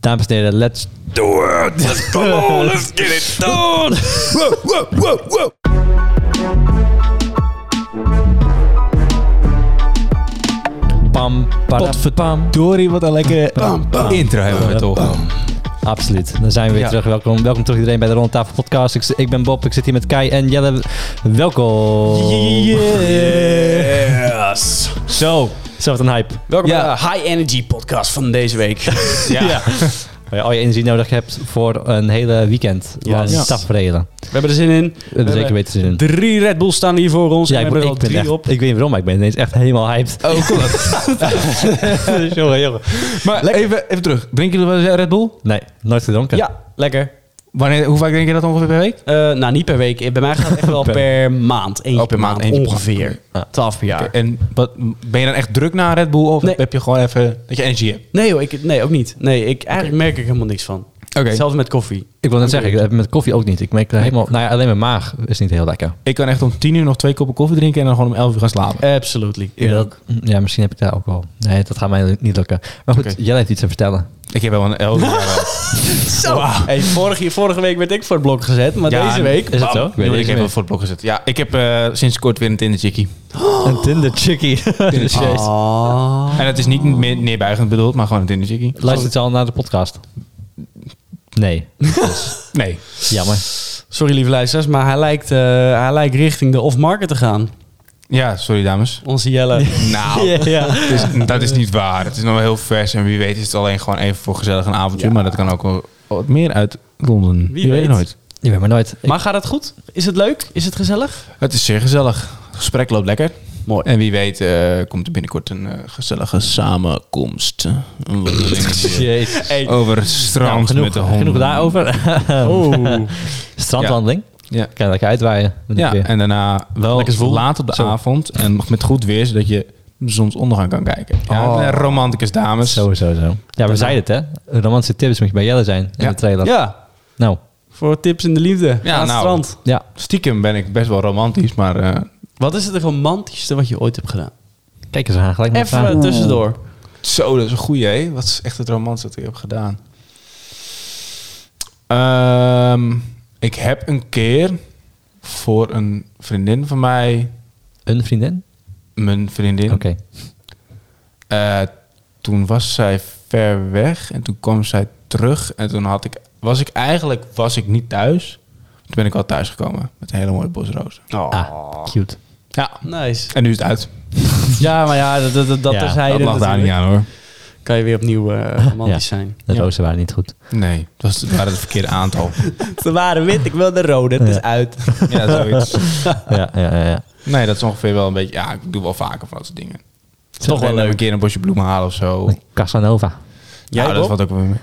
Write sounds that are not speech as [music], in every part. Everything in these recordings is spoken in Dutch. Dames en heren, let's do it! Let's go, let's get it done! Wow, wow, wow, wow. Pam, pam, Dori, wat een lekkere Intro hebben we toch. Absoluut. Dan zijn we weer Ja. terug. Welkom, welkom terug iedereen bij de Ronde Tafel Podcast. Ik, ik ben Bob, ik zit hier met Kai en Jelle. Welkom. Yes. Zo, zo wat een hype. Welkom Ja. [laughs] bij de High Energy podcast van deze week. Ja. Waar je al je energie nodig hebt voor een hele weekend. Ja, Ja, ja. tafereelen. We hebben er zin in. We hebben zeker weten zin in. Drie Red Bulls staan hier voor ons. Ja, en ik, we ben- hebben ik, er ben al drie echt, op. ik weet niet waarom, maar ik ben ineens echt helemaal hyped. Oh, cool. [laughs] [laughs] jongen, jongen. maar even, even terug. Drinken jullie wel eens Red Bull? Nee, nooit gedronken. Ja, lekker. Wanneer, hoe vaak drink je dat ongeveer per week? Eh, nou, niet per week. Bij mij gaat het echt wel Per- per maand. Eén Oh, per maand, eentje per ongeveer. Ja. Twaalf per jaar. En wat, ben je dan echt druk na Red Bull? Of Nee. heb je gewoon even dat je energie hebt? Nee joh, ik, nee, ook niet. Nee, ik, eigenlijk merk ik helemaal niks van. Oké. Zelfs met koffie. Ik wil net zeggen, ik heb met koffie ook niet. Ik merk er helemaal, nou ja, alleen mijn maag is niet heel lekker. Ik kan echt om 10 uur nog twee koppen koffie drinken en dan gewoon om 11 uur gaan slapen. Absolutely. Dat- ja, misschien heb ik daar ook wel. Nee, dat gaat mij niet lukken. Maar goed, Oké. Jelle heeft iets te vertellen. Ik heb wel een 11 [laughs] uur. eh, Zo. Hey, vorige, vorige week werd ik voor het blok gezet, maar Ja, deze week... is het zo? Ik, ik heb wel voor het blok gezet. Ja, ik heb eh, sinds kort weer een Tinder chickie. Een Oh. [laughs] Tinder chickie. Jeez. Ah. En het is niet meer neerbuigend bedoeld, maar gewoon een Tinder chickie. Luistert ze al naar de podcast? Nee, Nee. jammer. Sorry lieve luisteraars, maar hij lijkt, eh, hij lijkt richting de off-market te gaan. Ja, sorry dames. Onze Jelle. [laughs] Nou, ja. het is- dat is niet waar. Het is nog wel heel vers en wie weet is het alleen gewoon even voor gezellig een avondje. Ja. Maar dat kan ook wel wat meer uit Londen. Wie, weet. weet. nooit. Je weet maar nooit. Ik- Maar gaat het goed? Is het leuk? Is het gezellig? Het is zeer gezellig. Het gesprek loopt lekker. Mooi. En wie weet eh, komt er binnenkort een eh, gezellige samenkomst. Een [laughs] wandelingetje Jezus. Hey. Over het strand Nou, genoeg, met de honden. genoeg [laughs] daarover. Oh. [laughs] Strandwandeling. Ja. Kan je lekker uitwaaien. met het Ja, weer. en daarna wel Lekker zwoel. laat op de Zo. avond. En nog met goed weer, zodat je zonsondergang kan kijken. Ja, Oh. eh, romanticus dames. Sowieso zo. Ja, we zeiden het hè. Romantische tips moet je bij Jelle zijn in Ja. de trailer. Ja, Nou, voor tips in de liefde. Ja, Ja, Aan het nou. strand. ja. Stiekem ben ik best wel romantisch, maar... eh, Wat is het romantischste wat je ooit hebt gedaan? Kijk eens aan. Gelijk met Even eh, tussendoor. Zo, dat is een goeie, hè? Wat is echt het romans dat ik heb gedaan? Ehm, ik heb een keer voor een vriendin van mij, Een vriendin? mijn vriendin, Oké. eh, toen was zij ver weg en toen kwam zij terug en toen had ik, was ik eigenlijk was ik niet thuis. Toen ben ik wel thuis gekomen met een hele mooie bosrozen. Ah, cute. Ja, Nice. en nu is het uit. Ja, maar ja, dat, dat, dat, dat Ja, terzijde dat lag daar niet natuurlijk. aan hoor. Kan je weer opnieuw eh, romantisch zijn. De Ja. rozen waren niet [laughs] goed. Nee, dat was, het waren het verkeerde aantal. Ze waren wit, ik wil de rode. Het Ja. is uit. ja, [laughs] zoiets. ja, ja, ja, ja. Nee, dat is ongeveer wel een beetje. Ja, ik doe wel vaker van dat soort dingen. Toch wel En dan leuk. Een keer een bosje bloemen halen of zo. Casanova. Jij, ja, dat is Bob? wat ook wel mee.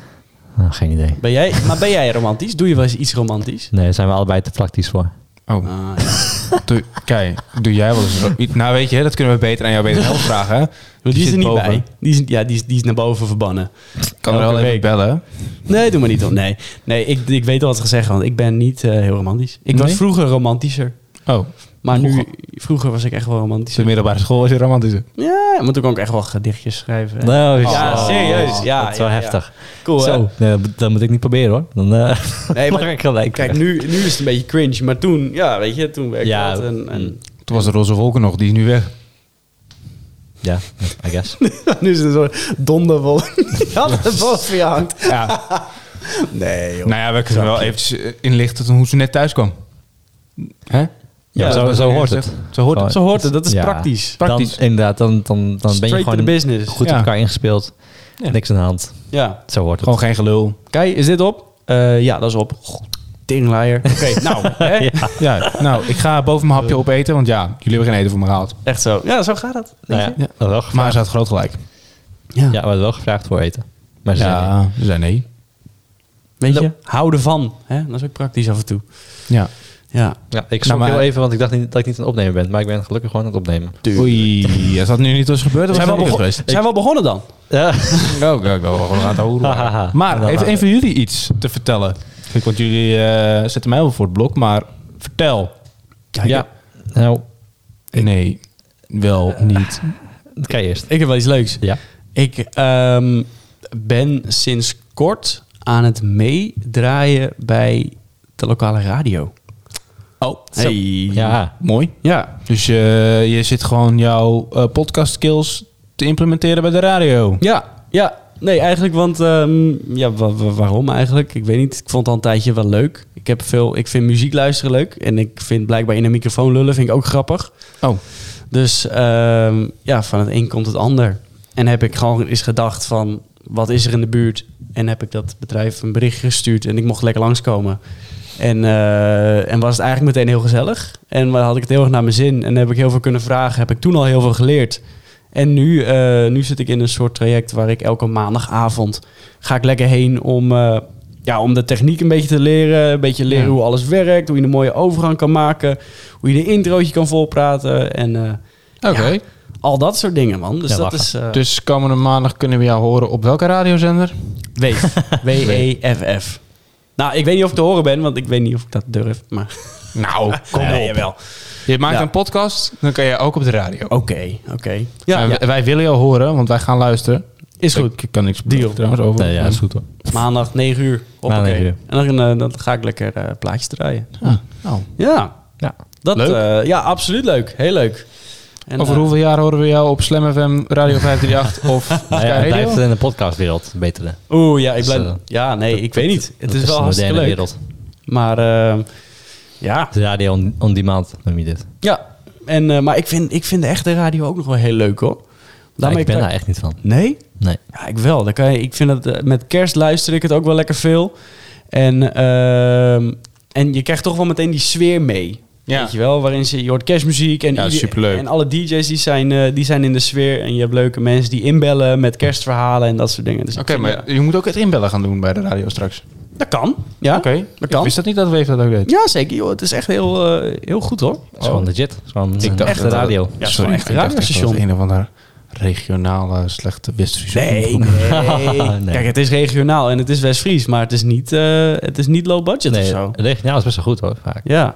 Ah, geen idee. Ben jij, maar ben jij romantisch? Doe je wel eens iets romantisch? Nee, daar zijn we allebei te praktisch voor. Oh, Ah, ja. doe, kijk, doe jij wel eens. zo- [laughs] Nou, weet je, dat kunnen we beter aan jou beter helpen vragen. hè? Die, is zit er niet boven. bij. Die is, ja, die is, die is naar boven verbannen. Kan er wel Elke even week. bellen. Nee, doe maar niet op. Nee, nee ik, ik weet al wat gezegd, want ik ben niet eh, heel romantisch. Ik was Nee? vroeger romantischer. Oh, Maar nu, vroeger was ik echt wel romantischer. de middelbare school is een romantische. Ja, want toen kon ik echt wel gedichtjes schrijven. hè. Nou, Ja, zo. serieus. Ja, dat is wel ja, ja. heftig. Cool, hè? Zo, nee, dat- dat moet ik niet proberen hoor. Dan eh [laughs] Nee, mag maar ik gelijk. Kijk, nu, nu is het een beetje cringe, maar toen, ja, weet je, toen werkte Ja, dat. En, en [laughs] Toen was de roze wolken nog, die is nu weg. Ja, I [laughs] guess. nu is het een soort donderwolk [laughs] die altijd boven je hangt. Ja. [laughs] Nee, joh. nou ja, we kunnen wel eventjes eh, inlichten toen hoe ze net thuis kwam. Hè? Ja, Ja, zo, dat zo is hoort echt- het. Zo hoort Gewoon- het. Zo hoort het, dat is Ja. praktisch. Praktisch. Dan, inderdaad, dan, dan, dan ben je Straight to the gewoon business. goed Ja. op elkaar ingespeeld. Ja. Niks aan de hand. Ja. Zo hoort het. [laughs] Gewoon geen gelul. Kijk, is dit op? Eh, ja, dat is op. Goh, Teringlaaier. Oké, [laughs] nou, hè? Ja, nou, ik ga boven mijn hapje opeten, want ja, jullie hebben geen eten voor me gehaald. [laughs] echt zo. Ja, zo gaat het. Nou ja, Ja. we hadden wel gevraagd- Maar ze had groot gelijk. ja, we hadden wel gevraagd voor eten. Maar ze zei nee. Ja, ze zei nee. Weet je, hou ervan. Hè? Dat is ook praktisch af en toe. Ja. Ja. ja, ik schrok maar- heel even, want ik dacht niet, dat ik niet aan het opnemen ben. Maar ik ben gelukkig gewoon aan het opnemen. Oei, als dat nu niet was gebeurd, dan was Zijn we, het al begon- niet geweest. zijn we al begonnen dan? Ja. Ook, ook, wel gewoon aan het horen. Hahaha. Maar Nou, heeft nou. een van jullie iets te vertellen? Kijk, want jullie eh, zetten mij wel voor het blok, maar vertel. [laughs] ja. Nou, Nee, wel niet. dat kan je eerst. Ik heb wel iets leuks. Ja. Ik ehm, ben sinds kort aan het meedraaien bij de lokale radio. Oh, Hey. Ja. mooi. Ja, Dus eh, je zit gewoon jouw eh podcast skills te implementeren bij de radio. ja, ja. Nee, eigenlijk, want ehm, ja, wa- wa- waarom eigenlijk? Ik weet niet. Ik vond het al een tijdje wel leuk. Ik, heb veel, ik vind muziek luisteren leuk. En ik vind blijkbaar in een microfoon lullen vind ik ook grappig. Oh, Dus ehm, ja, van het een komt het ander. En heb ik gewoon eens gedacht van, wat is er in de buurt? En heb ik dat bedrijf een bericht gestuurd en ik mocht lekker langskomen. En, eh, en was het eigenlijk meteen heel gezellig. En had ik het heel erg naar mijn zin. En heb ik heel veel kunnen vragen. Heb ik toen al heel veel geleerd. En nu, eh, nu zit ik in een soort traject waar ik elke maandagavond ga ik lekker heen om, eh, ja, om de techniek een beetje te leren. Een beetje leren Ja. hoe alles werkt. Hoe je een mooie overgang kan maken. Hoe je de introotje kan volpraten. En eh, oké. Ja. al dat soort dingen, man. Dus Ja, dat lachen. is eh, Dus komende maandag kunnen we jou horen op welke radiozender? [laughs] Weef. W-E-F-F. E Nou, ik weet niet of ik te horen ben, want ik weet niet of ik dat durf. Maar Nou, kom Ja, op. jawel. Je maakt Ja. een podcast, dan kan je ook op de radio. Oké, oké. Ja, Maar ja, Eh, w- Wij willen jou horen, want wij gaan luisteren. is goed. Ik kan niks Deal. beloven trouwens over. Nee, ja, is goed hoor. Maandag 9 uur. Hoppakee. 9 uur. En dan, eh, dan ga ik lekker eh, plaatjes draaien. Ah, nou, Ja, Ja. dat, Leuk. eh, ja, absoluut leuk. Heel leuk. En, over eh, hoeveel jaar horen we jou op Slam FM, Radio 538 [laughs] of Sky Nou ja, het Radio? blijft in de podcastwereld betere. Oeh, ja, ik blijf, Dus, eh, ja, nee, ik weet niet. Het Dat is de wel hartstikke moderne leuk. wereld. Maar eh, ja, De radio on, on demand noem je dit. Ja, ja. En, eh, maar ik vind, ik vind de echte radio ook nog wel heel leuk, hoor. Daarmee ik ben kan- daar echt niet van. Nee? Nee. Ja, ik wel. Dan kan je, ik vind dat eh, met kerst luister ik het ook wel lekker veel. En, ehm, en je krijgt toch wel meteen die sfeer mee. Ja. Weet je wel, waarin ze, je hoort kerstmuziek en, Ja, ieder- superleuk. en alle DJ's die zijn, eh, die zijn in de sfeer. En je hebt leuke mensen die inbellen met kerstverhalen en dat soort dingen. Dus ik Oké, vind, ja, maar je moet ook het inbellen gaan doen bij de radio straks. dat kan. Ja, Oké, dat kan. ik wist dat niet dat Weef dat ook deed. ja zeker. Joh. Het is echt heel, eh, heel goed hoor. Oh. Het is gewoon legit. Het is gewoon Ik een dacht echte dat- radio. Ja, het is gewoon echt een ik dacht radiostation. dat het een of andere regionale slechte West-Friese Nee, omroep. nee. Nee. Kijk, het is regionaal en het is West-Fries, maar het is niet, eh, het is niet low budget of Nee, zo. regionaal is best wel goed hoor, vaak. Ja,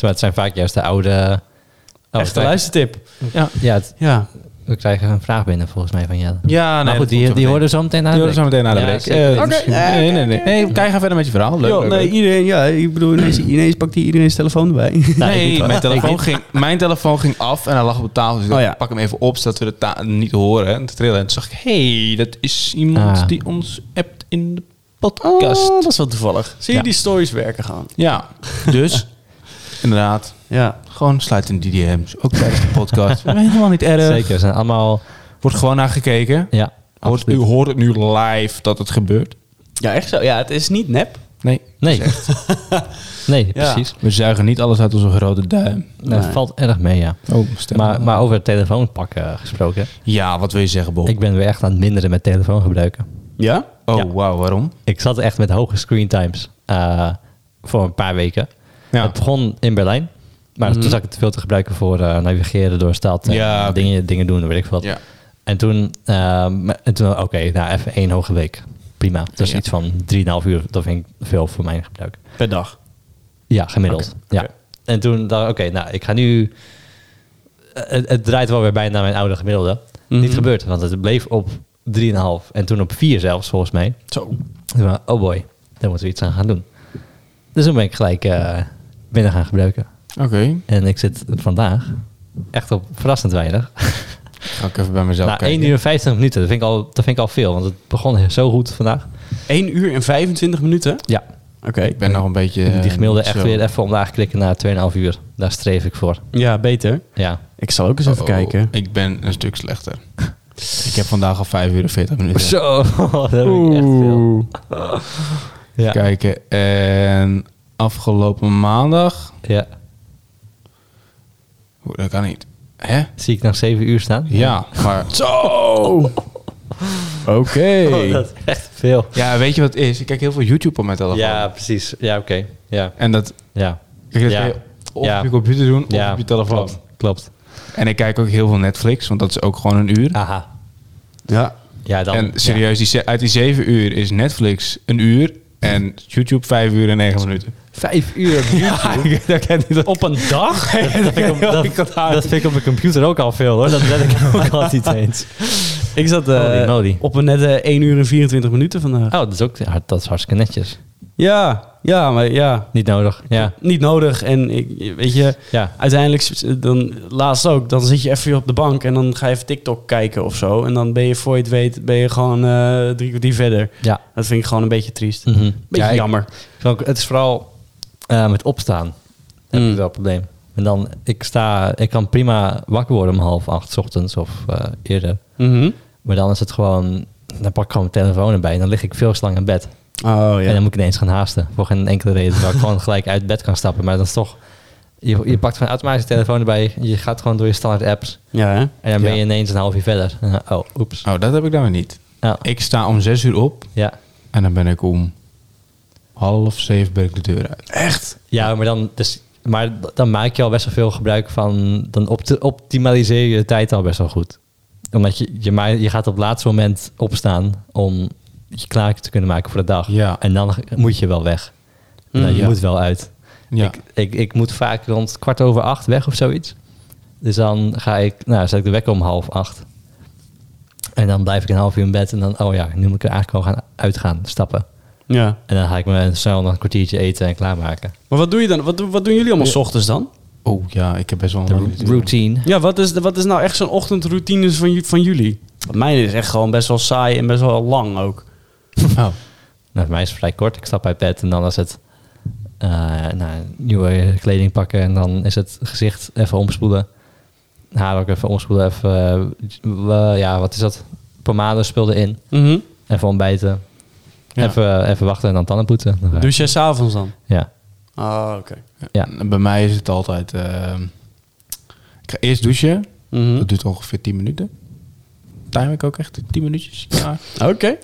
Maar het zijn vaak juist de oude... Oh, we echte krijgen- luistertip. Ja, Ja, het- Ja. we krijgen een vraag binnen volgens mij van Jelle. ja nee, maar goed, die, dat komt die zo meteen. hoorden we zo meteen na de Die horen break. zo meteen naar de Ja, break. zeker. Eh, Oké, misschien- eh, Nee, nee, nee. Nee, kijk even verder met je verhaal. Leuk, Joh, leuk, nee, leuk. iedereen, ja, ik bedoel, [clears throat] ineens, ineens pakt hij iedereen's telefoon erbij. Nou, ik Nee, niet, hoor. mijn telefoon, Ik ging, mijn telefoon ging af en hij lag op de tafel. Dus ik Oh dacht, ja. pak hem even op, zodat we de ta- niet horen en te trillen. En toen zag ik, hey, dat is iemand Ah. Oh. die ons appt in de podcast. Oh, dat is wel toevallig. Zie je, Ja. die stories werken gewoon. Ja, [laughs] dus inderdaad, Ja. gewoon sluit in die DM's. Ook tijdens de [laughs] podcast. Helemaal niet erg. Zeker, we zijn allemaal... Wordt gewoon naar gekeken. Ja, Hoort, u absoluut. hoort het nu live dat het gebeurt. ja, echt zo. Ja, het is niet nep. Nee, Nee. [laughs] nee, Ja. precies. we zuigen niet alles uit onze grote duim. Dat Nee. valt erg mee, ja. Oh, Maar, maar over het telefoonpak eh, gesproken. Ja, wat wil je zeggen, Bob? Ik ben weer echt aan het minderen met telefoon gebruiken. Ja? oh, ja. wauw, waarom? Ik zat echt met hoge screen times eh, voor een paar weken. Ja. Mhm. Het begon in Berlijn. Maar toen zag ik het veel te gebruiken voor eh, navigeren door de stad. En Ja, oké. dingen, dingen doen, weet ik veel wat. Ja. En toen, ehm, en toen oké, nou even één hoge week. Prima. Dus Ja. iets van 3,5 uur, dat vind ik veel voor mijn gebruik. Per dag. Ja, gemiddeld. ja. oké. En toen dacht ik, oké, nou, ik ga nu... eh, Het, het draait wel weer bijna naar mijn oude gemiddelde. Mhm. Niet gebeurd, want het bleef op 3,5 en toen op 4 zelfs, volgens mij. Zo. Toen dacht ik, oh boy, daar moeten we iets aan gaan doen. Dus toen ben ik gelijk eh binnen gaan gebruiken. Oké, En ik zit vandaag echt op verrassend weinig. ga ik even bij mezelf Na kijken. 1 uur en 50 minuten, dat vind, ik al, dat vind ik al veel, want het begon zo goed vandaag. 1 uur en 25 minuten? Ja, Oké. Ik ben nog een beetje... eh, die gemiddelde echt zo. weer even omlaag klikken naar 2,5 uur. Daar streef ik voor. Ja, beter. Ja, Ik zal ook eens even Oh, kijken. Ik ben een stuk slechter. [laughs] ik heb vandaag al 5 uur en 40 minuten Oh, Zo, [laughs] [laughs] dat heb ik echt veel. Ja. kijken. En afgelopen maandag... ja. Oeh, Dat kan niet. Hè? Zie ik nog 7 uur staan? Ja, maar... [laughs] Zo! Oké. [laughs] [laughs] Oh, dat is echt veel. Ja, weet je wat het is? Ik kijk heel veel YouTube op mijn telefoon. Ja, precies. Ja, oké. Ja. En dat... Ja. Kijk, dat Ja. kan je of Ja. op je computer doen, of ja. op je telefoon. Klopt. klopt. En ik kijk ook heel veel Netflix, want dat is ook gewoon een uur. Aha. Ja. Ja, Ah, dan. en serieus, die, ze- uit die 7 uur is Netflix een uur... En YouTube 5 uur en 9 minuten. ja. Vijf [laughs] uur op YouTube. dat ken niet. op een [laughs] dag? [laughs] [laughs] dat, vind ik op, dat, dat vind ik op mijn computer ook al veel hoor. Dat red ik ook altijd eens. Ik zat eh, Holy moly. op een net eh, 1 uur en 24 minuten vandaag. Oh, dat is ook hard- dat is hartstikke netjes. Ja, ja, maar ja. Niet nodig. Ja, Niet nodig. En ik, weet je, ja. uiteindelijk, s- dan, laatst ook, dan zit je even weer op de bank en dan ga je even TikTok kijken of zo. En dan ben je, voor je het weet, ben je gewoon eh, drie kwartier verder. ja. Dat vind ik gewoon een beetje triest. Mhm. Beetje Ja, ik- jammer. ik vind ook- het is vooral eh, met opstaan. Heb Mm. ik wel een probleem. En dan, ik sta, ik kan prima wakker worden om half acht 's ochtends of eh, eerder. Mhm. Maar dan is het gewoon, dan pak ik gewoon mijn telefoon erbij en dan lig ik veel te lang in bed. Oh En ja. dan moet ik ineens gaan haasten. Voor geen enkele reden. Waar ik gewoon gelijk uit bed kan stappen. Maar dat is toch. Je, je pakt gewoon automatisch je telefoon erbij. Je gaat gewoon door je standaard apps. Ja, hè? En dan ben Ja. je ineens een half uur verder. En dan, oh, oeps. Oh, dat heb ik dan weer niet. Ja. Ik sta om zes uur op Ja. en dan ben ik om half zeven ben ik de deur uit. Echt? ja, maar dan. Dus, maar d- dan maak je al best wel veel gebruik van. Dan opt- optimaliseer je de tijd al best wel goed. Omdat je, je, maar je gaat op het laatste moment opstaan om je klaar te kunnen maken voor de dag. Ja. En dan g- moet je wel weg. Mm. Nou, je Ja. moet wel uit. Ja. Ik, ik, ik moet vaak rond kwart over acht weg of zoiets. Dus dan ga ik, nou, zet ik de wekker om half acht. En dan blijf ik een half uur in bed. En dan, oh ja, nu moet ik eigenlijk al gaan uitgaan, stappen. Ja. En dan ga ik me snel nog een kwartiertje eten en klaarmaken. Maar wat doe je dan? Wat, doen- wat doen jullie allemaal s ochtends dan? Oh ja, ik heb best wel een De lange ro- duur. [laughs] routine. Ja, wat is, wat is nou echt zo'n ochtendroutine van, ju- van jullie? Want Mijn is echt gewoon best wel saai en best wel lang ook. Oh. Nou, voor mij is het vrij kort. Ik stap uit bed en dan is het eh, nou, nieuwe kleding pakken. En dan is het gezicht even omspoelen. Haar ook even omspoelen. Even, eh, eh, ja, wat is dat? Pomade speelde in. Mhm. Even ontbijten. Ja. Even, even wachten en dan tanden poetsen. Dan ga ik. Douche jij s'avonds dan? Ja. Ah, oké. Ja. Bij mij is het altijd... ehm, ik ga eerst douchen. Mhm. Dat duurt ongeveer 10 minuten. Time ik ook echt 10 minuutjes. Ja. Oké.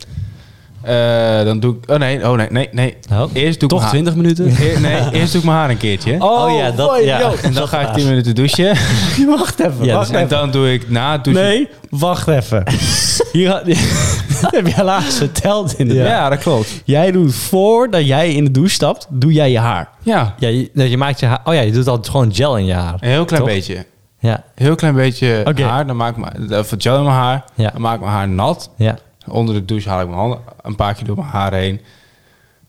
Eh, dan doe ik... Oh nee, oh nee, nee, nee. Oh. Eerst doe ik Toch mijn 20 minuten? [laughs] haar- Eer- [laughs] nee, eerst doe ik mijn haar een keertje. Oh, ja, dat- mooi, ja. [laughs] yo. en dan ga ik 10 minuten douchen. Wacht even. Ja, wacht dat en even. dan doe ik na het douchen... Nee, wacht [laughs] even. Hier had- [laughs] dat heb jij laatst verteld Ja. inderdaad. dat klopt. Jij doet voordat jij in de douche stapt, doe jij je haar. Ja, Ja, je, nee, je maakt je haar... Oh ja, je doet altijd gewoon gel in je haar. een heel klein Toch? beetje. Ja, Heel klein beetje Oké. haar. Dan maak ik mijn, of gel in mijn haar. Ja. Dan maak ik mijn haar nat. ja. Onder de douche haal ik mijn handen een paar keer door mijn haar heen.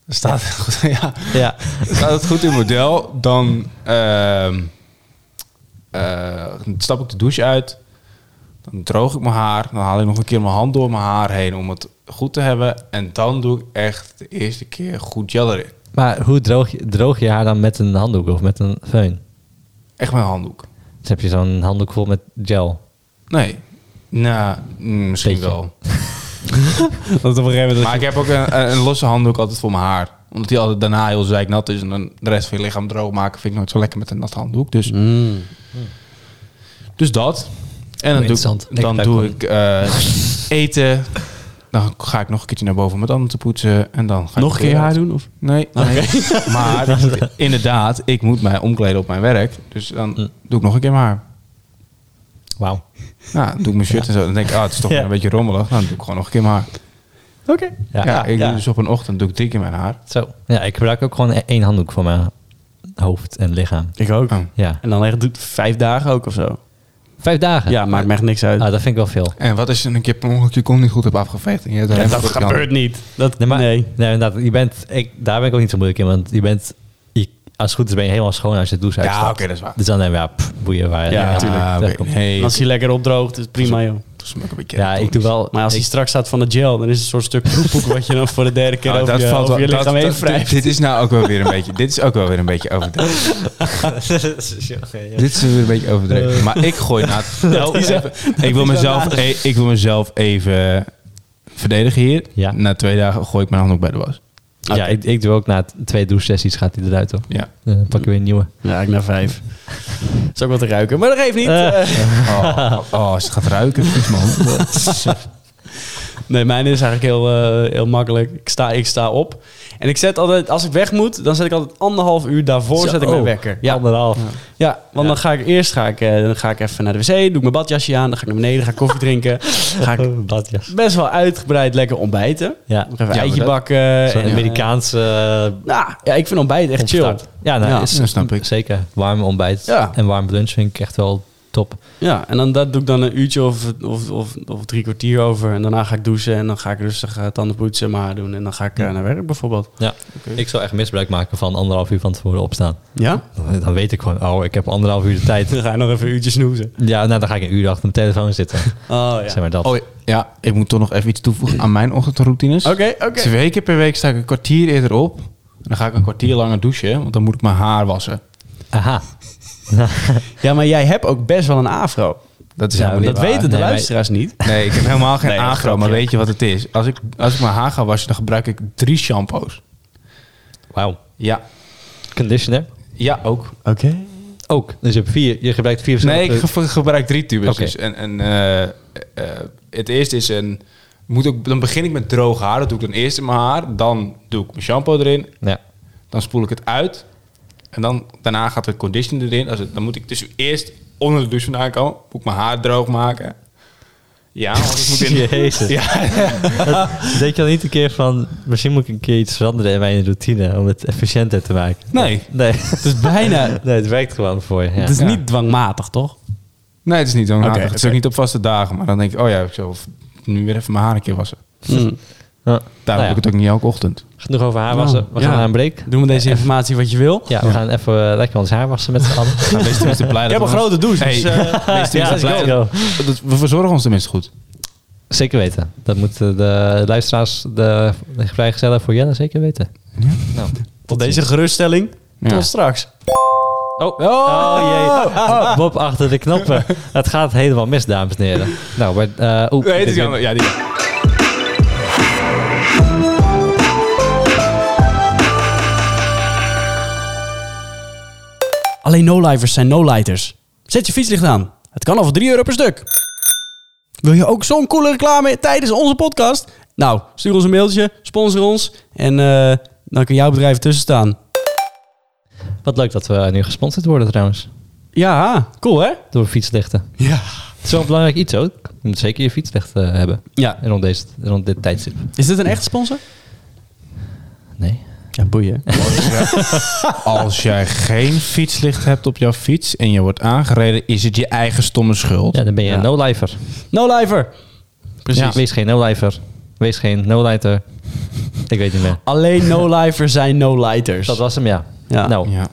Dan staat, [laughs] ja, Ja, staat het goed in model. Dan ehm, eh, stap ik de douche uit. Dan droog ik mijn haar. Dan haal ik nog een keer mijn hand door mijn haar heen om het goed te hebben. En dan doe ik echt de eerste keer goed gel erin. maar hoe droog je, droog je haar dan met een handdoek of met een föhn? Echt mijn handdoek. Dus heb je zo'n handdoek vol met gel. Nee. Nou, mm, misschien Beetje. wel. Dat op een gegeven moment... Maar ik heb ook een, een- een losse handdoek altijd voor mijn haar. Omdat die altijd daarna heel zeiknat is. En dan de rest van je lichaam droog maken vind ik nooit zo lekker met een nat handdoek. Dus, Mm. dus dat. En dan doe Interessant. ik, dan Ik- doe ik eh, eten. Dan ga ik nog een keertje naar boven om mijn tanden te poetsen. En dan ga ik Nog een keer je weer haar uit. doen? Of? Nee. [laughs] nee. maar inderdaad, ik moet mij omkleden op mijn werk. Dus dan doe ik nog een keer mijn haar. Wauw. Nou, dan doe ik mijn shirt en zo. Dan denk ik, ah, het is toch Ja. een beetje rommelig. Dan doe ik gewoon nog een keer mijn haar. Oké. Ja. Ja, ik ja. doe dus op een ochtend doe ik drie keer mijn haar. Zo. Ja, ik gebruik ook gewoon e-, één handdoek voor mijn hoofd en lichaam. Ik ook. Oh. Ja. En dan echt doet vijf dagen ook of zo. Vijf dagen? Ja, maakt me echt niks uit. Ah, dat vind ik wel veel. En wat is er een keer per ongeluk je kont niet goed hebt afgeveegd? En je hebt er Ja, helemaal dat goed aan? gebeurt niet. Dat, Nee, maar, nee. nee. inderdaad. Je bent, ik, daar ben ik ook niet zo moeilijk in. Want je bent, je, als het goed is ben je helemaal schoon als je het douche Ja, uitstapt. oké, dat is waar. Dus dan hebben we, ja, pff, boeien waar. Ja, Ja, natuurlijk. oké. terechtkomt. Nee, Als hij lekker opdroogt, is prima joh. dat is ook een beetje- Ja, ik doe wel... Maar als hij ik- straks staat van de gel, dan is het een soort stuk poepoek wat je dan voor de derde keer Oh, over, dat je, valt over wel. je lichaam dat- heen dat- dit, [laughs] wrijft. dit is nou ook wel weer een beetje. Dit is ook wel weer een beetje overdreven. Dit is weer een beetje overdreven. Maar ik [laughs] gooi na. Nou, [laughs] even- ik wil mezelf. e- Ik wil mezelf even verdedigen hier. Ja. Na twee dagen gooi ik mijn handdoek bij de was. Ja, ik, ik doe ook na t- twee douche-sessies gaat hij eruit, hoor. Ja. Dan pak ik weer een nieuwe. Ja, ik naar vijf. Is ook wat te ruiken, maar dat geeft niet. Eh. Eh, Oh, oh, als het gaat ruiken, vies [laughs] man. Nee, mijn is eigenlijk heel, eh, heel makkelijk. Ik sta, ik sta op. En ik zet altijd, als ik weg moet, dan zet ik altijd anderhalf uur daarvoor Zo, zet ik mijn oh. wekker. Ja. Anderhalf. Ja, want dan ga ik eerst ga ik, eh, dan ga ik even naar de wc, doe ik mijn badjasje aan, dan ga ik naar beneden, ga ik koffie drinken. Ga ik Oh, dat, ja. best wel uitgebreid lekker ontbijten. Ja. Nog even Ja, eitje maar dat- bakken. Zo'n en, eh, Amerikaanse eh, nou, ja, ik vind ontbijt echt chill. opstart. Ja, nou, Ja. is- Dat snap ik. zeker. Warm ontbijt Ja. en warm lunch vind ik echt wel top. Ja, en dan, dat doe ik dan een uurtje of, of, of, of drie kwartier over. En daarna ga ik douchen en dan ga ik rustig eh, tanden poetsen en mijn haar doen. En dan ga ik eh, naar werk bijvoorbeeld. Ja, Oké. ik zou echt misbruik maken van anderhalf uur van tevoren opstaan. Ja? Dan, dan weet ik gewoon, oh, ik heb anderhalf uur de [laughs] Dan tijd. ga je nog even een uurtje snoezen. Ja, nou, dan ga ik een uur achter mijn telefoon zitten. Oh Zeg maar dat. Oh ja, ik moet toch nog even iets toevoegen aan mijn ochtendroutines. Oké, oké. Twee keer per week sta ik een kwartier eerder op. En dan ga ik een kwartier langer douchen, want dan moet ik mijn haar wassen. Aha. Ja, maar jij hebt ook best wel een afro. Dat is Ja, helemaal Dat niet waar. weten de Nee, luisteraars niet. Nee, ik heb helemaal geen Nee, dat is afro, maar grapje. weet je wat het is? Als ik, als ik mijn haar ga wassen, dan gebruik ik drie shampoos. Wauw. Ja, Conditioner? ja ook. Oké. Ook. Dus je, hebt vier, je gebruikt vier Nee, verschillende... ik ge- gebruik drie tubes. Oké. Dus en, en, eh, eh, het eerste is een... Moet ook, dan begin ik met droog haar. Dat doe ik dan eerst in mijn haar. Dan doe ik mijn shampoo erin. Ja. Dan spoel ik het uit. En dan, daarna gaat de conditioner erin. Als het, dan moet ik dus eerst onder de douche vandaan komen. Moet ik mijn haar droog maken. Ja, want ik moet in... Jezus. Ja, Denk je al niet een keer van... Misschien moet ik een keer iets veranderen in mijn routine... om het efficiënter te maken? nee. Nee. Het is bijna... [laughs] Nee, het werkt gewoon voor je. Ja. Het is Ja. niet dwangmatig, toch? Nee, het is niet zo. Oké, het is oké. ook niet op vaste dagen. Maar dan denk ik, oh ja, ik zal nu weer even mijn haar een keer wassen. Ja. Daarom Nou ja, doe ik het ook niet elke ochtend. Genoeg over haarwassen. Nou, We gaan ja. naar een break. Doe met deze informatie wat je wil. Ja, we gaan even eh, lekker ons haar wassen met z'n allen. [laughs] Wees tenminste blij Ik heb dat een we- grote douche. Hey, Dus, eh, wees tenminste Ja, let's blij go. dat- dat- We verzorgen ons tenminste goed. Zeker weten. Dat moeten de luisteraars, de, de vrijgezellen voor Jelle zeker weten. Nou, tot deze geruststelling. Ja. Tot straks. Oh, jee. Oh, Bob achter de knoppen. Het gaat helemaal mis, dames en heren. Nou, maar... eh, oeh, Hoe heet dit- die andere? Ja, die. Alleen no-livers zijn no-lighters. Zet je fietslicht aan. Het kan al voor 3 euro per stuk. Wil je ook zo'n coole reclame tijdens onze podcast? Nou, stuur ons een mailtje, sponsor ons en eh, dan kan jouw bedrijf tussen staan. Wat leuk dat we nu gesponsord worden trouwens. Ja, cool hè? Door fietslichten. Ja. Het is wel een belangrijk iets ook. Je moet zeker je fietslicht eh, hebben. ja. Rond, deze, rond dit tijdstip. Is dit een echte sponsor? Nee. Ja, boeien. [laughs] Als jij geen fietslicht hebt op jouw fiets en je wordt aangereden, is het je eigen stomme schuld. Ja, dan ben je Ja. een no-lifer. No-liver. Precies. Ja, wees geen no-lifer. Wees geen no-lighter. Ik weet niet meer. Alleen no-livers zijn Dat no-lighters. was hem, ja. Ja. Nou, Ja.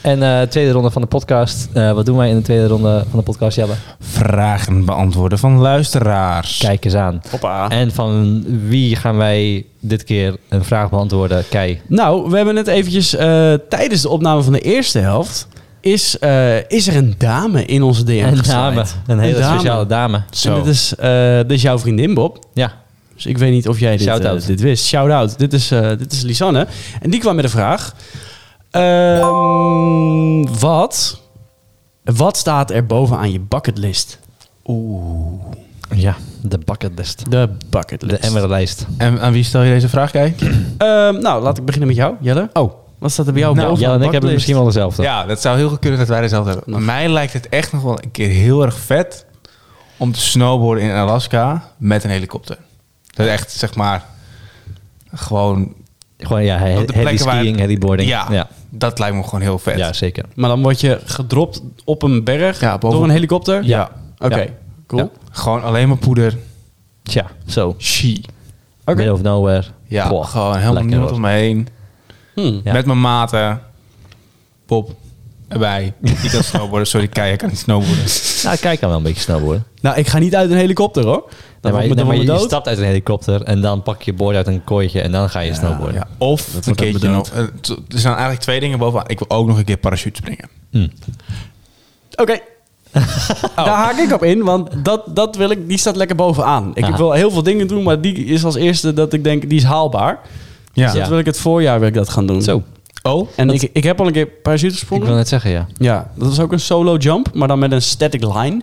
en eh, tweede ronde van de podcast. Eh, wat doen wij in de tweede ronde van de podcast, Jelle? Vragen beantwoorden van luisteraars. Kijk eens aan. Hoppa. En van wie gaan wij dit keer een vraag beantwoorden? Kei. Nou, we hebben net eventjes eh, tijdens de opname van de eerste helft... Is, eh, is er een dame in onze DM Een geslaaid. dame. Een hele dame. speciale dame. Zo. En dit is, eh, dit is jouw vriendin Bob. Ja. Dus ik weet niet of jij dit, Shout-out. eh, dit wist. Shout-out. Dit, is, eh dit is Lisanne. En die kwam met een vraag. Ehm, wat, wat staat er bovenaan je bucketlist? Ja, de bucketlist. De De bucketlist. emmerlijst. En aan wie stel je deze vraag, Kijk? Ehm, nou, laat ik beginnen met jou, Jelle. Oh. Wat staat er bij jou Nou, bovenaan Jelle en de ik hebben bucketlist? misschien wel dezelfde. Ja, dat zou heel goed kunnen dat wij dezelfde hebben. Mij lijkt het echt nog wel een keer heel erg vet om te snowboarden in Alaska met een helikopter. Dat is echt, zeg maar, gewoon... Gewoon ja, he- op de heavy plekken waar- skiing, heavy boarding. Ja, ja. dat lijkt me gewoon heel vet. Ja, zeker. Maar dan word je gedropt op een berg Ja, boven- door een helikopter? Ja. Oké, cool. Ja. Gewoon alleen maar poeder. Tja, zo. She. Oké. Middle of nowhere. Ja, Boah, gewoon helemaal lekker niemand hoor. om me heen. Hmm. Ja. Met mijn maten. Pop. Erbij. Niet kan snowboarden. Sorry, Kei, ik kan niet snowboarden. Nou, kijk kan wel een beetje snowboarden. Nou, ik ga niet uit een helikopter hoor. Nee, maar, Dan word ik nee, met maar de je, je dood. stapt uit een helikopter en dan pak je boord uit een kooitje en dan ga je snowboarden. Ja, Of een wordt ook keertje bedoeld. nog. eh, t- Er zijn eigenlijk twee dingen bovenaan. Ik wil ook nog een keer parachute springen. Hm. Oké. [laughs] Daar Oh. haak ik op in, want dat, dat wil ik, die staat lekker bovenaan. Ik Aha. wil heel veel dingen doen, maar die is als eerste dat ik denk, die is haalbaar. Ja. Dus dat wil ik het voorjaar wil ik dat gaan doen. Zo. Oh, En ik, ik heb al een keer parachute Ik gesprongen. wil net zeggen, ja. Ja, dat is ook een solo jump, maar dan met een static line.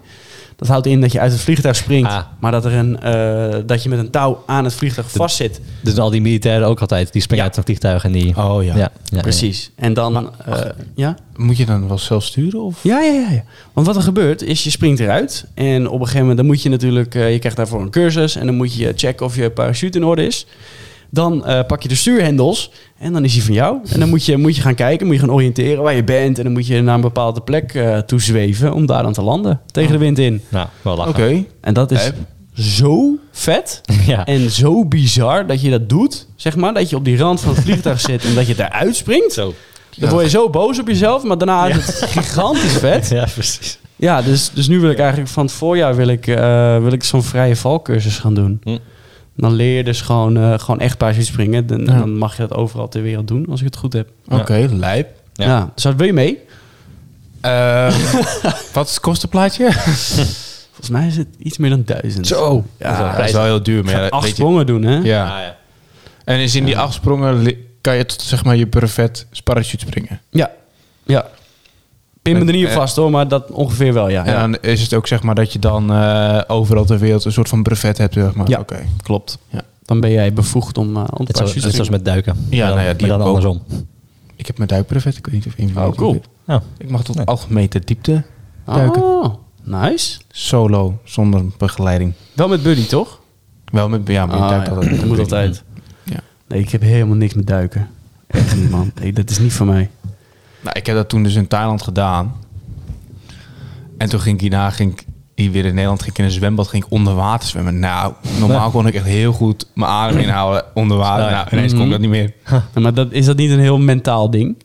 Dat houdt in dat je uit het vliegtuig springt, Ah. maar dat, er een, eh, dat je met een touw aan het vliegtuig vastzit. Dus al die militairen ook altijd. Die springen Ja. uit een vliegtuig en die... oh ja. ja, ja, Precies. En dan... eh, ja? Moet je dan wel zelf sturen? Of? Ja, ja, ja, ja. Want wat er gebeurt is, je springt eruit. En op een gegeven moment dan moet je natuurlijk, eh, je krijgt daarvoor een cursus. En dan moet je checken of je parachute in orde is. Dan eh, pak je de stuurhendels en dan is die van jou. En dan moet je, moet je gaan kijken, moet je gaan oriënteren waar je bent. En dan moet je naar een bepaalde plek eh, toe zweven om daar dan te landen. Tegen de wind in. Nou, wel Oké. lachen. En dat is Lijp. zo vet. [laughs] ja. En zo bizar dat je dat doet, zeg maar. Dat je op die rand van het vliegtuig zit en dat je daaruit springt. Zo. Dan word je zo boos op jezelf, maar daarna is het gigantisch vet. Ja, precies. Ja, dus, dus nu wil ik eigenlijk van het voorjaar wil ik, eh, wil ik zo'n vrije valcursus gaan doen. Hm. Dan leer je dus gewoon, eh, gewoon echt parachutespringen. Dan, Ja. dan mag je dat overal ter wereld doen, als ik het goed heb. Oké, lijp. Ja. Ja. Dus dat wil je mee? Ehm, wat is het kostenplaatje? Volgens mij is het iets meer dan Dus- duizend. Ja, dat is, prijs. wel heel duur. Maar ja, Acht weet je- sprongen doen, hè? ja. Ah, ja. En is in die acht sprongen li- kan je tot zeg maar je brevet parachute springen. Ja. ja. Pin me er niet op Eh, vast, hoor, maar dat ongeveer wel, ja. En dan is het ook zeg maar dat je dan eh, overal ter wereld een soort van brevet hebt. Zeg maar. Ja. Oké, klopt. Ja. Dan ben jij bevoegd om, eh om Net, te zo, net zoals parachutespringen. met duiken. Ja, nou ja, maar die dan heb ik ook. andersom. Ik heb mijn duikbrevet. Ik weet niet of een van Oh, jullie cool. het heeft. Ja. Ik mag tot Nee. algemene diepte duiken. Oh, nice. Solo, zonder begeleiding. Wel met buddy, toch? Ah, Wel met, Ah, ja, maar je duikt altijd met dat een moet buddy. altijd. Ja. Nee, ik heb helemaal niks met duiken. Echt niet, man. Nee, dat is niet voor mij. Nou, ik heb dat toen dus in Thailand gedaan. En toen ging ik hierna ging ik hier weer in Nederland ging ik in een zwembad ging ik onder water zwemmen. Nou, normaal kon ik echt heel goed mijn adem inhouden onder water. Ja. Nou, ineens kon ik dat niet meer. Ja, Maar dat, is dat niet een heel mentaal ding?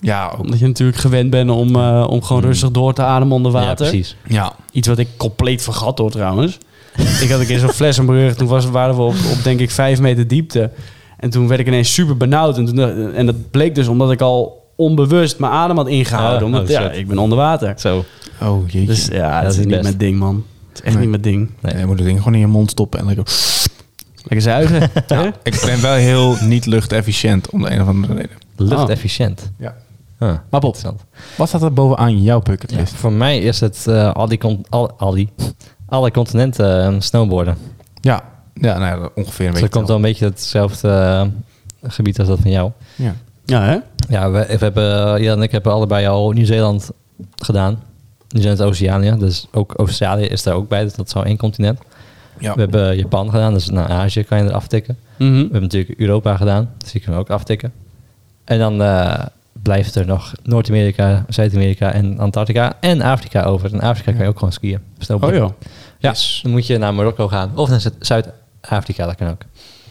Ja, oh, ook- Mm. Omdat je natuurlijk gewend bent om, eh, om gewoon rustig door te ademen onder water. Ja, precies. ja. Iets wat ik compleet vergat hoor trouwens. ik had een keer zo'n fles aan mijn rug. Toen was, waren we op, op denk ik vijf meter diepte. En toen werd ik ineens super benauwd. En, toen, dacht- en dat bleek dus omdat ik al onbewust mijn adem had ingehouden. Ah, omdat oh, ja, shit. ik ben onder water. Zo. Oh jeetje. Dus ja, dat dat, is is het niet beste. mijn ding, man. Het is echt Nee. niet mijn ding. Nee. Nee, je moet het ding gewoon in je mond stoppen en lekker. Lekker [laughs] zuigen. Ja, ik ben wel heel niet luchtefficiënt om de een of andere reden. Luchtefficiënt. Ja. Huh, Maar Bob, interessant. Wat staat er bovenaan jouw Ja, bucketlist? voor mij is het eh, al, die con- al, al die, alle continenten eh, snowboarden. Ja. Ja, nou ja, ongeveer een Dus beetje. dat komt wel een beetje hetzelfde eh, gebied als dat van jou. Ja. Ja, hè? Ja, we, we hebben, Jan en ik hebben allebei al Nieuw-Zeeland gedaan. Nieuw-Zeeland-Oceanië. Dus ook Australië is daar ook bij. Dus dat is al één continent. Ja. We hebben Japan gedaan. Dus naar Azië kan je er aftikken. Hm. We Mhm. hebben natuurlijk Europa gedaan. Dus die kunnen we ook aftikken. En dan eh, blijft er nog Noord-Amerika, Zuid-Amerika en Antarctica en Afrika over. In Afrika kan je ook gewoon skiën. Oh snowboarden. joh. Ja, Yes. dan moet je naar Marokko gaan. Of naar Zuid- Zuid-Afrika, dat kan ook.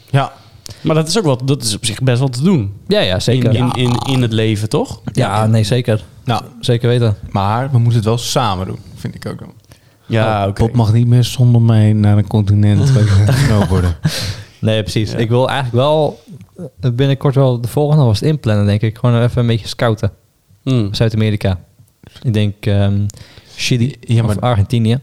Ja. Maar dat is ook wel, dat is op zich best wel te doen. Ja, ja, In, zeker. in, in, in het leven, toch? ja, nee, zeker. Nou, Zeker weten. maar we moeten het wel samen doen, vind ik ook dan. Ah, Ja, Bob mag niet meer zonder mij naar een continent [laughs] snowboarden. Nee, precies. Ik wil eigenlijk wel eh, binnenkort wel de volgende was inplannen, denk ik. Gewoon even een beetje scouten. Mm. Zuid-Amerika. Ik denk ehm, Chili Ja, maar- of Argentinië.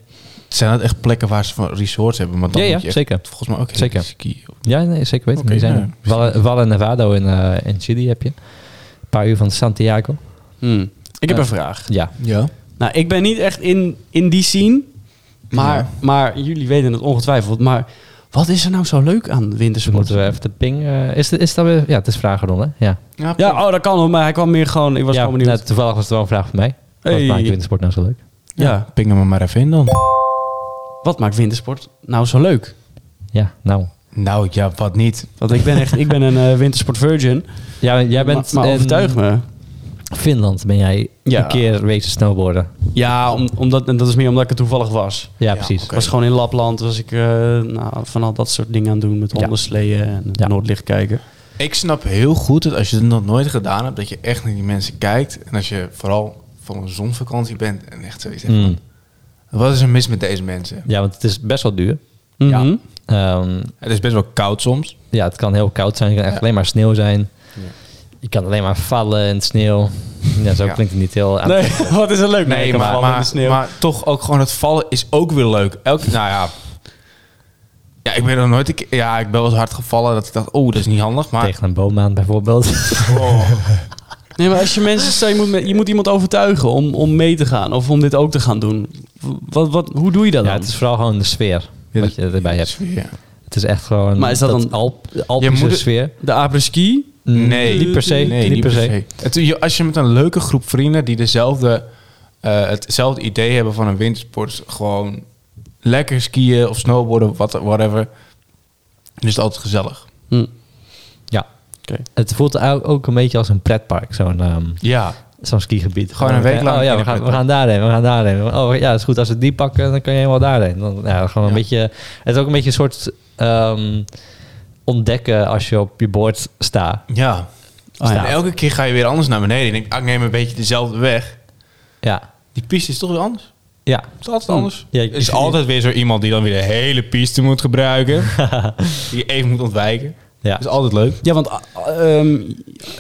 Zijn dat echt plekken waar ze van resorts hebben? Want dan Ja, ja, moet je echt zeker. Volgens mij ook heel Zeker. skiën. Ja, nee, zeker weten. Oké, die zijn nou, er. Valle, Valle Nevado in, eh, in Chili heb je. Een paar uur van Santiago. Mm. Ik heb Ja. een vraag. Ja. dus Ja. Nou, ik ben niet echt in, in die scene. Maar, Ja. maar jullie weten het ongetwijfeld. Maar wat is er nou zo leuk aan Dus wintersport? moeten we even de ping... eh, is, de- is dat weer... Ja, het is vragenronde. Ja, Ja, oh, dat kan wel. Maar hij kwam meer gewoon... Ik was ja gewoon benieuwd. nou, toevallig was het wel een vraag van mij. Hey. Wat maakt wintersport nou zo leuk? Ja. Ping hem er maar even in dan. Wat maakt wintersport nou zo leuk? Ja, nou... Nou ja, wat niet. Want ik ben echt... ik ben een eh, wintersport virgin. Ja, jij bent maar, maar in overtuig me. Finland ben jij Ja. een keer wezen snowboarden. Ja, om, omdat, en dat is meer omdat ik er toevallig was. Ja, Ja, precies. oké. Ik was gewoon in Lapland, was ik eh, nou, van al dat soort dingen aan het doen. Met Ja. hondensleeën en het Ja. Noordlicht kijken. Ik snap heel goed dat als je het nog nooit gedaan hebt, dat je echt naar die mensen kijkt. En als je vooral van een zonvakantie bent en echt zoiets hebt Mm. van, wat is er mis met deze mensen? Ja, want het is best wel duur. Ja. Ehm, Het is best wel koud soms. ja, het kan heel koud zijn. Het kan echt Ja. alleen maar sneeuw zijn. Ja. Je kan alleen maar vallen in het sneeuw. Ja, zo Ja. klinkt het niet heel aan. Nee, [laughs] wat is er leuk? Nee, maar, maar, maar toch ook gewoon het vallen is ook weer leuk. Elk, nou ja. Ja, ik ben nog nooit... een keer- Ja, ik ben wel eens hard gevallen dat ik dacht, oh, dat is niet handig. Maar Oh, Tegen een boom aan [laughs] bijvoorbeeld. Nee, maar als je mensen... Stel, je, moet, me- je moet iemand overtuigen om, om mee te gaan. Of om dit ook te gaan doen. Wat, wat, hoe doe je dat ja, dan? het is vooral gewoon de sfeer wat je erbij hebt. Ja. Het is echt gewoon Maar is dat dan- Alp, Alpische Je moet het- sfeer. De apres-ski? Nee. Mm, niet per se. Nee, niet per se. Het- je- als je met een leuke groep vrienden die dezelfde, eh, hetzelfde idee hebben van een wintersport, gewoon lekker skiën of snowboarden, wat, whatever, dan is het altijd gezellig. Hm. Het voelt ou- ook een beetje als een pretpark, zo'n ehm, Ja. zo'n skigebied. Gewoon een week lang Oh in ja, we een gaan, we pretpark. gaan daarheen, we gaan daarheen. Oh ja, het is goed. Als we die pakken, dan kan je helemaal daarheen. Dan, ja, gewoon een Ja. beetje... Het is ook een beetje een soort ehm, ontdekken als je op je boord staat. Ja. Oh, ja. En elke keer ga je weer anders naar beneden. Ik denk, ah, ik neem een beetje dezelfde weg. Ja, Die piste is toch weer anders. ja. Het is altijd Hmm. anders. Ja, ik- er is altijd weer zo iemand die dan weer de hele piste moet gebruiken. die je even moet ontwijken. ja. Dat is altijd leuk. Ja, want ah, ah, ehm,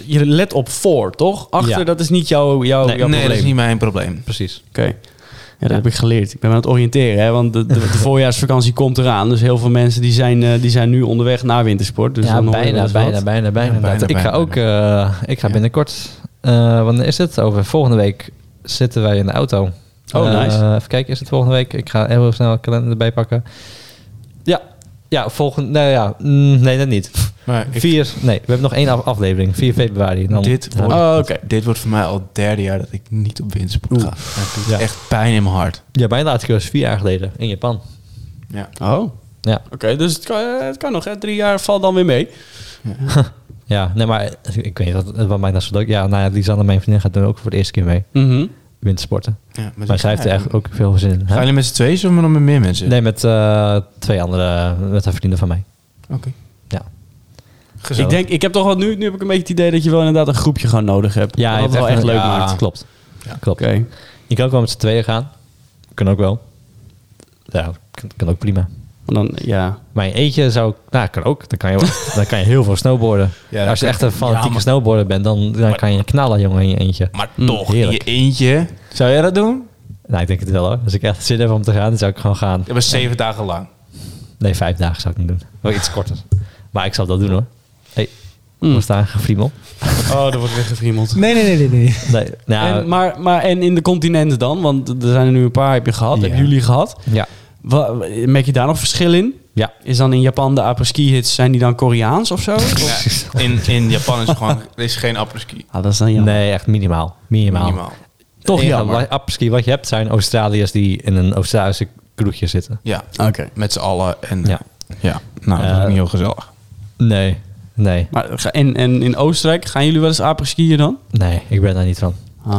je let op voor, toch? Achter, Ja. dat is niet jouw, jouw, Nee, jouw probleem. mijn probleem. Precies. Oké. Ja, dat heb ik geleerd. Ik ben me aan het oriënteren, hè, want de, [laughs] de, de voorjaarsvakantie komt eraan. Dus heel veel mensen die zijn, eh, die zijn nu onderweg naar wintersport. Dus ja, dan hoor je wel bijna, eens wat. bijna, bijna, bijna, Ja, bijna, Ik ga bijna, ook, eh, ik ga Ja. binnenkort, eh, wanneer is het? Over volgende week zitten wij in de auto. Oh, Eh, nice. Even kijken, is het volgende week? Ik ga heel snel een kalender erbij pakken. Ja, ja, volgende, nou ja, mm, nee, dat niet. Maar ik- Vier, nee, we hebben nog één af- aflevering, 4 februari. Dan, dit, ja. wordt, Oh, oké. dit wordt voor mij al het derde jaar dat ik niet op wintersport ga. Dat doet Ja. echt pijn in mijn hart. ja, mijn laatste keer was vier jaar geleden in Japan. Ja. Oh, oké. Ja, dus het kan, eh, het kan nog, hè? Drie jaar valt dan weer mee. ja nee, maar ik- ik weet niet wat, wat mij nou zo druk... Ja, nou ja, Lisanne, mijn vriendin, gaat toen ook voor de eerste keer mee. Mhm. Wintersporten. Ja, maar Maar zij heeft er echt ook veel zin in. Hè? Gaan jullie met z'n tweeën of met meer mensen? Nee, met eh, twee andere, met haar vrienden van mij. Oké. Ja, Ik denk, ik heb toch wel nu, nu heb ik een beetje het idee dat je wel inderdaad een groepje gewoon nodig hebt. ja dat het wel echt leuk maakt. Oké. Klopt. klopt. Je kan ook wel met z'n tweeën gaan. Kan ook wel. Ja, kan, kan ook prima. Want dan, ja. Maar in eentje zou... Nou, kan ook. Dan kan je, dan kan je heel veel snowboarden. [laughs] Ja, dat Als je kan- echt een fanatieke ja, maar- snowboarder bent, dan, dan kan je knallen, jongen, in je eentje. Maar Mm, toch, in je heerlijk. eentje. Zou jij dat doen? Nou, ik denk het wel, hoor. Als ik echt zin heb om te gaan, dan zou ik gewoon gaan. Dat was zeven dagen lang. Nee, vijf dagen zou ik niet doen. Wel iets korter. Maar ik zal dat doen, hoor. Hé, hey, Hmm. Mm. was daar een friemel? Oh, er wordt weer gevriemeld. Nee, nee, nee, nee. Nee, nou... En, maar, maar en in de continenten dan? Want er zijn er nu een paar, heb je gehad, Ja. hebben jullie gehad. ja. Wa- merk je daar nog verschil in? Ja. Is dan in Japan de apres-ski hits, zijn die dan Koreaans of zo? Of- In, in Japan is het gewoon, er is geen apres-ski. Ah, dat is dan jammer. Nee, echt minimaal. Minimaal. Minimaal. Toch Het enige jammer. wa- apperski wat je hebt zijn Australiërs die in een Australische kroegje zitten. Ja, Oké. met z'n allen. En, ja. Ja. ja, nou, dat is Eh, niet heel gezellig. Nee, nee, Maar ga- en, en in Oostenrijk, gaan jullie wel eens apres-skiën dan? nee. Ik ben daar niet van. [laughs]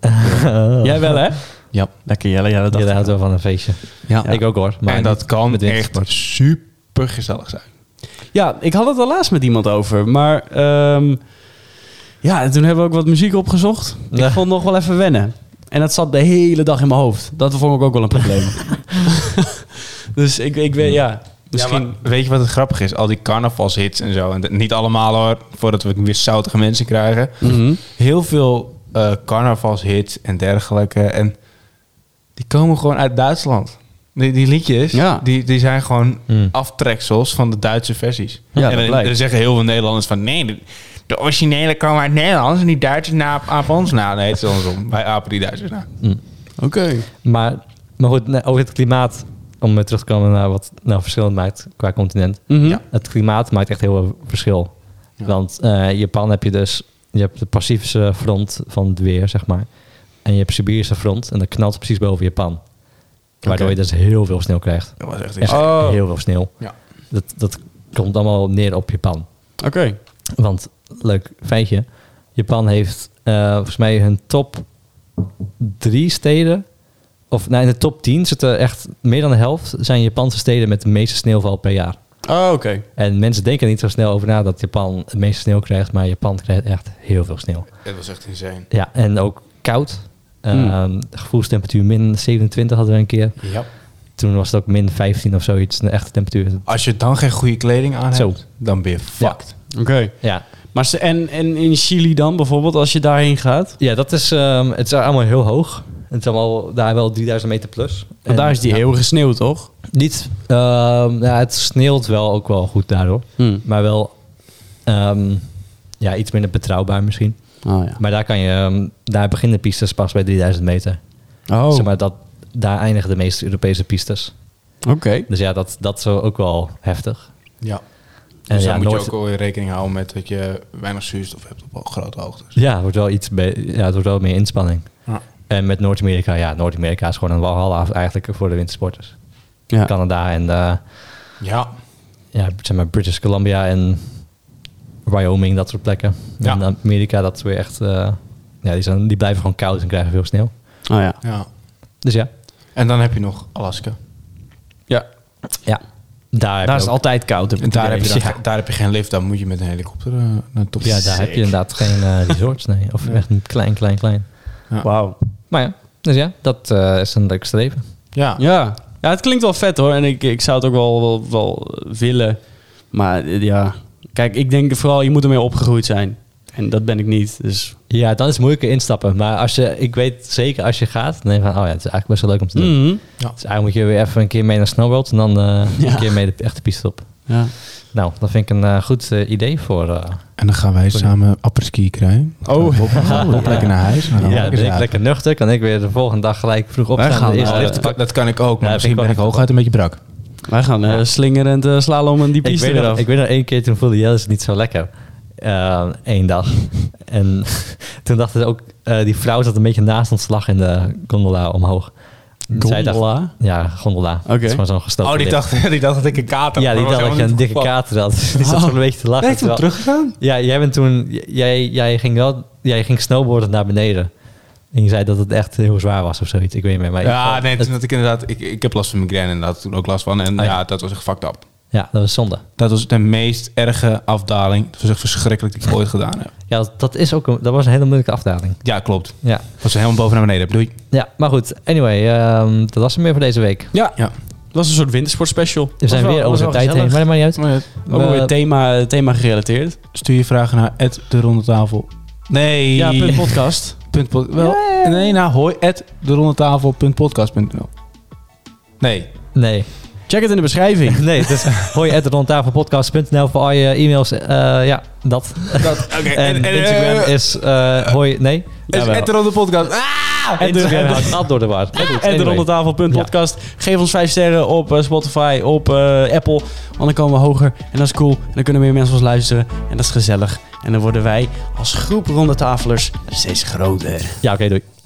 Ah. Jij wel, hè? Ja. Lekker Jelle, ja, dat dacht Je ik houdt wel. wel van een feestje. ja. Ik ook hoor. Maar en dat niet kan met echt wintersport. super gezellig zijn. Ja, ik had het al laatst met iemand over, maar ehm, ja, en toen hebben we ook wat muziek opgezocht. Ja. Ik vond nog wel even wennen. En dat zat de hele dag in mijn hoofd. Dat vond ik ook wel een probleem. [laughs] dus ik, ik weet, ja, misschien... Misschien, weet je wat het grappig is? Al die carnavalshits en zo. En dat- niet allemaal hoor, voordat we weer zoutige mensen krijgen. Mhm. Heel veel eh carnavalshits en dergelijke. En die komen gewoon uit Duitsland. Die, die liedjes, Ja. die, die zijn gewoon Hmm. aftreksels van de Duitse versies. Ja, dat en dan, blijkt. dan zeggen heel veel Nederlanders van... nee, de, de originele komen uit Nederlands en die Duitsers na, apen ons na. Nee, het is andersom. Wij apen die Duitsers na. Oké. Maar, maar goed, nee, over het klimaat. Om weer terug te komen naar wat nou verschillend maakt qua continent. Mhm. Ja. Het klimaat maakt echt heel veel verschil. Ja. Want eh, in Japan heb je dus... Je hebt de Pacifische front van het weer, zeg maar. En je hebt Siberische front. En dat knalt precies boven Japan. Waardoor Oké. je dus heel veel sneeuw krijgt. Dat was echt... Echt Oh. heel veel sneeuw. Ja. Dat, dat komt allemaal neer op Japan. Oké. Want, leuk feitje, Japan heeft eh, volgens mij hun top drie steden, of nou, in de top tien zitten echt meer dan de helft, zijn Japanse steden met de meeste sneeuwval per jaar. Oh, oké. En mensen denken er niet zo snel over na dat Japan het meeste sneeuw krijgt, maar Japan krijgt echt heel veel sneeuw. Dat was echt insane. Ja, en ook koud. Ehm, Hmm. Gevoelstemperatuur min 27 hadden we een keer. Ja. Toen was het ook min 15 of zoiets, de echte temperatuur. Als je dan geen goede kleding aan hebt, Zo. dan ben je fucked. Oké. Ja, Maar ze, en, en in Chili dan bijvoorbeeld, als je daarheen gaat? Ja, dat is, ehm, het is allemaal heel hoog. Het is allemaal daar wel 3000 meter plus. En Want daar is die ja, eeuwige sneeuw, toch? Niet, ehm, ja, het sneeuwt wel ook wel goed daardoor. Hm. Mm. Maar wel ehm, ja, iets minder betrouwbaar misschien. Oh ja. Maar daar, kan je, ehm, daar beginnen de pistes pas bij 3000 meter. Oh, Zeg oké. maar dat, daar eindigen de meeste Europese pistes. Dus ja, dat, dat is ook wel heftig. Ja. En Dus ja, dan moet Noord- je ook wel weer rekening houden met dat je weinig zuurstof hebt op grote hoogtes. Ja, het wordt wel iets be- ja, het wordt wel meer inspanning. Ja. En met Noord-Amerika, ja, Noord-Amerika is gewoon een walhalla eigenlijk voor de wintersporters. Ja. Canada en eh, Ja. ja, zeg maar British Columbia en Wyoming, dat soort plekken. Ja. En Amerika, dat is weer echt... eh, ja, die, zijn, die blijven gewoon koud en krijgen veel sneeuw. Oh ja. Ja. Dus ja, En dan heb je nog Alaska. ja. ja. daar, heb Daar is je het ook- altijd koud. En daar, heb je dan Ja. ge- daar heb je geen lift, daar moet je met een helikopter eh, naartoe. Ja, daar heb je inderdaad geen [laughs] eh, resorts, nee. Of Nee. echt een klein, klein, klein. Wauw. Maar ja, dus ja, dat eh, is een leuk streven. Ja. Ja. ja, het klinkt wel vet hoor. En ik, ik zou het ook wel, wel, wel willen. Maar eh, ja, kijk, ik denk vooral, je moet ermee opgegroeid zijn. En dat ben ik niet. Dus Ja, dan is het moeilijker instappen. Maar als je, ik weet zeker als je gaat, dan denk je van, oh ja, het is eigenlijk best wel leuk om te doen. Mhm. Dus eigenlijk moet je weer even een keer mee naar Snowworld en dan [laughs] eh, Ja. een keer mee de echte piste op. ja. Nou, dat vind ik een eh, goed eh, idee voor... eh, En dan gaan wij samen apperski krijgen. Oh. we gaan we lekker naar huis. en dan ja, gaan we dan ben ik slapen. lekker nuchter. Kan ik weer de volgende dag gelijk vroeg Wij opstaan. gaan de eerste naar- lift te dat, pakken. dat kan ik ook, maar Ja, misschien vind ik wel ben echt ik hooguit een beetje brak. Wij gaan eh, slingeren en eh, slalom en die Ik piste weet, nog, eraf. ik weet nog één keer toen voelde Jelle het niet zo lekker. Eén dag. [laughs] En toen dacht ze ook, eh, die vrouw zat een beetje naast ons lag in de gondola omhoog. En zij dacht- Gondola? ja, gondola. Oké. Het is maar zo'n gestoken lift. dacht, Oh, die dacht dat ik een kater Ja, die dacht dat je een dikke kater had. [laughs] Die zat Oh. gewoon een beetje te lachen. Terwijl- teruggegaan? Ja, jij bent toen, j- jij, jij ging wel, jij ging snowboarden naar beneden. En je zei dat het echt heel zwaar was of zoiets. Ik weet niet meer. Maar in ieder Ja, geval, nee, het- toen had ik eh, inderdaad... Ik, ik heb last van migraine en daar had ik toen ook last van. En Ah, ja. ja, dat was echt fucked up. ja, dat was zonde. Dat was de meest erge afdaling. Dat was echt verschrikkelijk die ik ooit gedaan heb. Ja, dat- dat, is ook een, dat was een hele moeilijke afdaling. Ja, klopt. Ja, Was helemaal boven naar beneden. Doei. ja maar goed. Anyway, ehm, dat was hem weer voor deze week. Ja, Ja. het was een soort wintersportspecial. We zijn weer over de tijd heen, eh, maar dat maakt niet uit. Oh, Ook We- weer thema, thema gerelateerd. Stuur je vragen naar de ronde tafel. Nee. Ja, punt podcast. Punt pod- wel, Nee, nou hoi. At de ronde Nee. [laughs] Nee, [laughs] Check het in de beschrijving. nee, het [laughs] is hoi at rondtafelpodcast.nl voor al je e-mails. Eh, ja, dat. Oké. En, Instagram is eh, hoi, nee. Jawel. de ronde podcast. Ah! Instagram [laughs] houdt het door de war. En de rondetafel.podcast. Geef ons 5 sterren op eh, Spotify, op eh, Apple. Want dan komen we hoger. En dat is cool. En dan kunnen meer mensen ons luisteren. En dat is gezellig. En dan worden wij als groep rondettafelers steeds groter. Ja, oké, doei.